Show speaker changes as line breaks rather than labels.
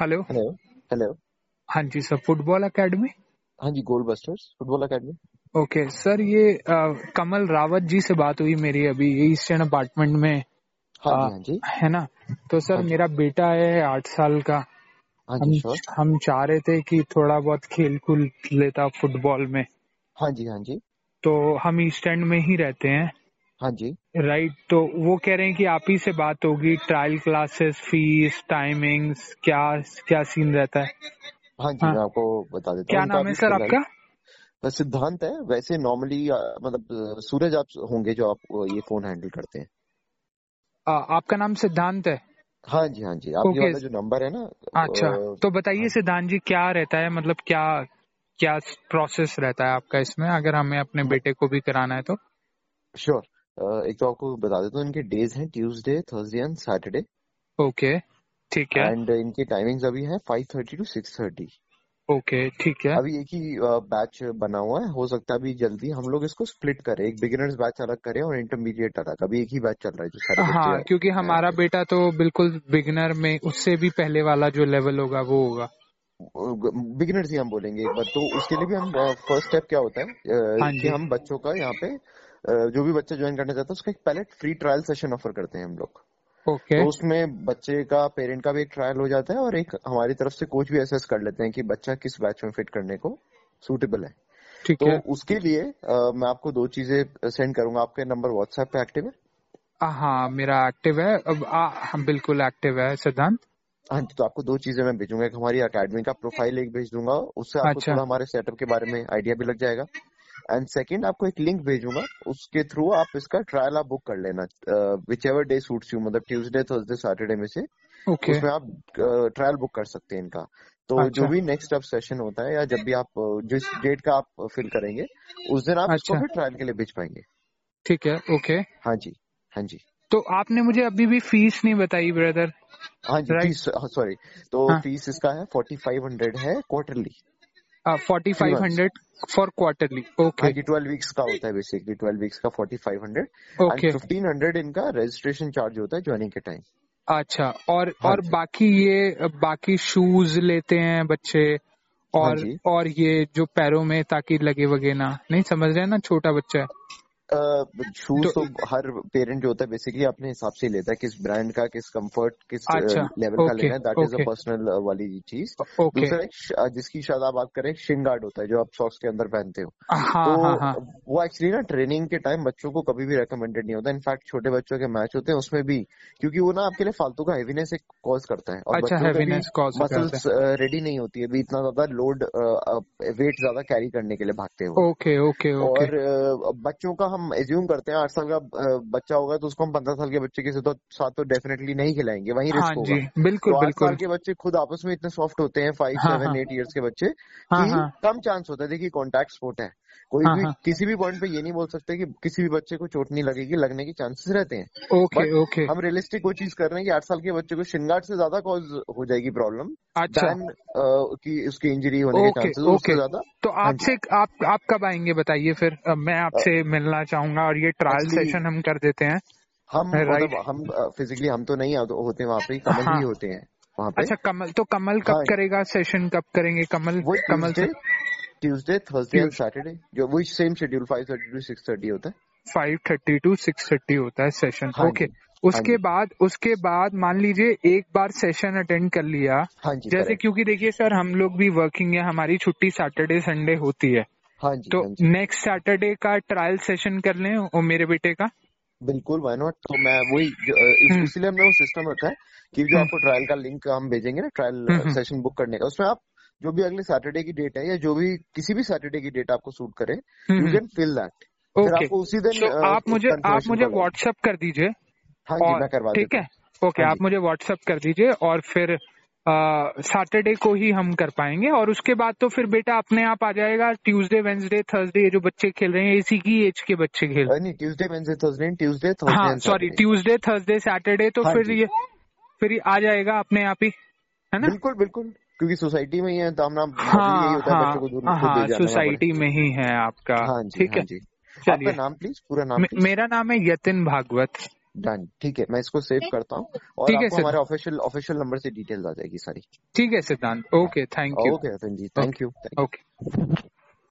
Hello
hello hello
हाँ जी sir football academy
हाँ जी goal busters football academy
okay sir ये अ, कमल रावत जी से बात हुई मेरी अभी ये ईस्टर्न अपार्टमेंट में
हाँ
आ,
जी हाँ जी
है ना तो सर मेरा बेटा है आठ साल का
हाँ
हम
जी श्योर
हम चाह रहे थे कि थोड़ा बहुत खेल कूद लेता फुटबॉल में
हाँ जी हाँ जी
तो हम ईस्ट एंड में ही रहते हैं
हाँ जी
राइट तो वो कह रहे हैं कि आप ही से बात होगी ट्रायल क्लासेस फीस टाइमिंग्स क्या क्या सीन रहता है
हाँ जी
हाँ
मैं आपको बता देता हूँ
क्या
उनका
नाम है
अभी
सर
फिलहाल
आपका
बस सिद्धांत है वैसे नॉर्मली मतलब अ, सूरज आप होंगे जो आप अ, ये फोन हैंडल करते हैं
आ, आपका नाम सिद्धांत है
हाँ जी हाँ जी आप ये
ओके
वाला जो नंबर है ना
अच्छा
अ,
तो बताइए
हाँ
सिद्धांत जी क्या रहता है मतलब क्या क्या प्रोसेस रहता है आपका इसमें अगर हमें अपने
म-
बेटे को भी कराना है तो
श्योर अ, एक तो आपको बता देता हूँ इनके डेज हैं Tuesday Thursday and Saturday
okay ठीक है
एंड इनकी टाइमिंग्स अभी है five thirty to six thirty
okay ठीक है
हाँ। अभी एक ही बैच बना हुआ है हो सकता है अभी जल्दी हम लोग इसको स्प्लिट करें एक बिगिनर्स बैच अलग करें और इंटरमीडिएट अलग अभी एक ही बैच चल रहा है जो सारे बच्चे
हाँ क्योंकि
हैं
हमारा
इसमें
बेटा तो बिल्कुल बिगिनर में उससे भी पहले वाला जो लेवल होगा वो होगा
बिगिनर्स ही हम बोलेंगे एक बार तो उसके लिए भी हम फर्स्ट स्टेप क्या होता है अ,
हाँ
कि
जी
हम बच्चों का यहाँ पे अ, जो भी बच्चा ज्वाइन करना चाहता है उसका एक पहले फ्री ट्रायल सेशन ऑफर करते हैं हम लोग
ओके
तो उसमें बच्चे का पेरेंट का भी एक ट्रायल हो जाता है और एक हमारी तरफ से कोच भी असेस कर लेते हैं कि बच्चा किस बैच में फिट करने को सूटेबल है
ठीक
तो
है
उसके लिए अ, मैं आपको दो चीजें सेंड करूंगा आपके नंबर व्हाट्सएप पे एक्टिव है
आ, हाँ मेरा एक्टिव है अब आ, हाँ, बिल्कुल एक्टिव है सिद्धांत
हाँ जी तो आपको दो चीजें मैं भेजूंगा एक हमारी अकेडमी का प्रोफाइल एक भेज दूंगा उससे आपको
अच्छा
थोड़ा हमारे सेटअप के बारे में आइडिया भी लग जाएगा एंड सेकंड आपको एक लिंक भेजूंगा उसके थ्रू आप इसका ट्रायल आप बुक कर लेना whichever day suits you मतलब ट्यूसडे थर्सडे सैटरडे में से
ओके
उसमें आप ट्रायल बुक कर सकते हैं इनका तो जो
अच्छा
भी नेक्स्ट आप सेशन होता है या जब भी आप अ, जिस डेट का आप फिल करेंगे उस दिन आप इसको
अच्छा
फिर ट्रायल के लिए भेज पाएंगे
ठीक है ओके
हाँ जी हाँ जी
तो आपने मुझे अभी भी फीस नहीं बताई ब्रदर
हाँ जी
राइट
फीस सॉरी तो फीस इसका है फोर्टी फाइव हंड्रेड है क्वार्टरली
हाँ forty
three
five
months
hundred for quarterly
हाँ
ओके
जी ट्वेल्व वीक्स का होता है बेसिकली ट्वेल्व वीक्स का forty five hundred and
okay
fifteen hundred इनका रजिस्ट्रेशन चार्ज होता है ज्वाइनिंग के टाइम
अच्छा और
हाँ
और
जी
बाकी ये बाकी शूज लेते हैं बच्चे
हाँ
और
जी
और ये जो पैरों में ताकि लगे वगे ना नहीं समझ रहे हैं ना छोटा बच्चा है
शूज
तो
तो हर पेरेंट जो होता है बेसिकली अपने हिसाब से ही लेता है किस ब्रांड का किस कंफर्ट किस
अच्छा
लेवल का
ओके
लेना है that is a
okay
personal वाली चीज
ओके
दूसरा एक श- अ, जिसकी शायद आप बात करें शिन गार्ड होता है जो आप सॉक्स के अंदर पहनते हो तो
हाँ हाँ हाँ
वो एक्चुअली ना ट्रेनिंग के टाइम बच्चों को कभी भी रेकमेंडेड नहीं होता इनफैक्ट छोटे बच्चों के मैच होते हैं उसमें भी क्योंकि वो ना आपके लिए फालतू का हेवीनेस एक कॉज करता है और
अच्छा
बच्चों के भी
हैवीनेस कॉज करते
मसल्स रेडी नहीं होती है भी इतना ज्यादा लोड वेट ज्यादा कैरी करने के लिए भागते हैं
हैं
वो
ओके ओके ओके
और अ, बच्चों का हम एज्यूम करते हैं आठ साल का अ, बच्चा होगा तो उसको हम पंद्रह साल के बच्चे के साथ साथ तो डेफिनेटली नहीं खिलाएंगे वही
हाँ
रिस्क होगा
जी बिल्कुल
तो आठ साल
बिल्कुल
के बच्चे खुद आपस में इतने सॉफ्ट होते हैं फाइव
हाँ
सेवन
हाँ
एट इयर्स के बच्चे
हाँ
कि
हाँ
कम चांस होता है देखिए कॉन्टैक्ट स्पोर्ट है कोई
हाँ
भी
हाँ
किसी भी पॉइंट पे ये नहीं बोल सकते कि किसी भी बच्चे को चोट नहीं लगेगी लगने के चांसेस रहते हैं
ओके
बट
ओके
हम रियलिस्टिक वो चीज कर रहे हैं कि आठ साल के बच्चे को शिनगार्ड से ज्यादा कॉज हो जाएगी प्रॉब्लम
अच्छा
देन कि उसकी इंजरी होने के
ओके
चांसेस
ओके
उससे ज्यादा
तो
हाँ जी
आपसे आप आप कब आएंगे बताइए फिर अ, मैं आपसे मिलना चाहूंगा और ये ट्रायल
एक्चुअली
सेशन हम कर देते
हम
हैं
मतलब
राइट
हम फिजिकली हम तो नहीं आते- होते वहां पे कमल ही
हाँ
होते हैं वहां पे
अच्छा कमल तो कमल कब
हाँ
करेगा सेशन कब करेंगे कमल
वो
कमल
ट्यूसडे
से
Tuesday Thursday and
Tues
Saturday जो वही same schedule five thirty to six thirty होता है
five thirty to six thirty होता है सेशन
हाँ
ओके
जी हाँ
उसके
जी
बाद उसके बाद मान लीजिए एक बार सेशन अटेंड कर लिया
हाँ जी
जैसे
करेक्ट
क्योंकि देखिए सर हम लोग भी वर्किंग है हमारी छुट्टी सैटरडे संडे होती है
हाँ जी
तो
हाँ जी
नेक्स्ट सैटरडे का ट्रायल सेशन कर लें और मेरे बेटे का
बिल्कुल वाई नॉट तो मैं वही जो, अ, इस,
हम्म
इसीलिए हमने वो सिस्टम रखा है कि जो
हम्म
आपको ट्रायल का लिंक हम भेजेंगे ना ट्रायल
हम्म हम्म,
सेशन बुक करने का उसमें आप जो भी अगले सैटरडे की डेट है या जो भी किसी भी सैटरडे की डेट आपको सूट करे you
hmm,
can fill that फिर
ओके
आपको उसी दिन
सो आप मुझे आप
कंफर्मेशन
मुझे
कॉल आएगी
व्हाट्सअप कर दीजिए
हाँ जी
और
मैं करवा
ठीक
देता
है
हूँ
ओके
हाँ
आप
जी
मुझे व्हाट्सअप कर दीजिए और फिर सैटरडे को ही हम कर पाएंगे और उसके बाद तो फिर बेटा अपने आप आ जाएगा ट्यूसडे वेंसडे थर्सडे ये जो बच्चे खेल रहे हैं इसी की एज के बच्चे खेल
अ, नहीं Tuesday Wednesday Thursday Tuesday Thursday
हाँ
and
sorry
Saturday
Tuesday Thursday Saturday तो
हाँ
फिर
जी
ये फिर ये आ जाएगा अपने आप ही है ना
बिल्कुल बिल्कुल क्योंकि सोसाइटी में ही है तो हमारा मॉडल यही
हाँ
होता है बच्चों को दूर
हाँ
खुद ले
हाँ
जाना वहाँ पड़े
सोसाइटी में ही है आपका
हाँ जी
ठीक
हाँ
है
जी आपका
चलिए
नाम प्लीज पूरा नाम
मे-
प्लीज
मेरा नाम है यतिन भागवत
डन ठीक है मैं इसको सेव करता हूँ और
ठीक है,
आपको
सर।
हमारे ऑफिशियल ऑफिशियल नंबर से डिटेल्स आ जाएगी सारी
ठीक है Siddhant okay thank you
okay Ratan ji thank you
okay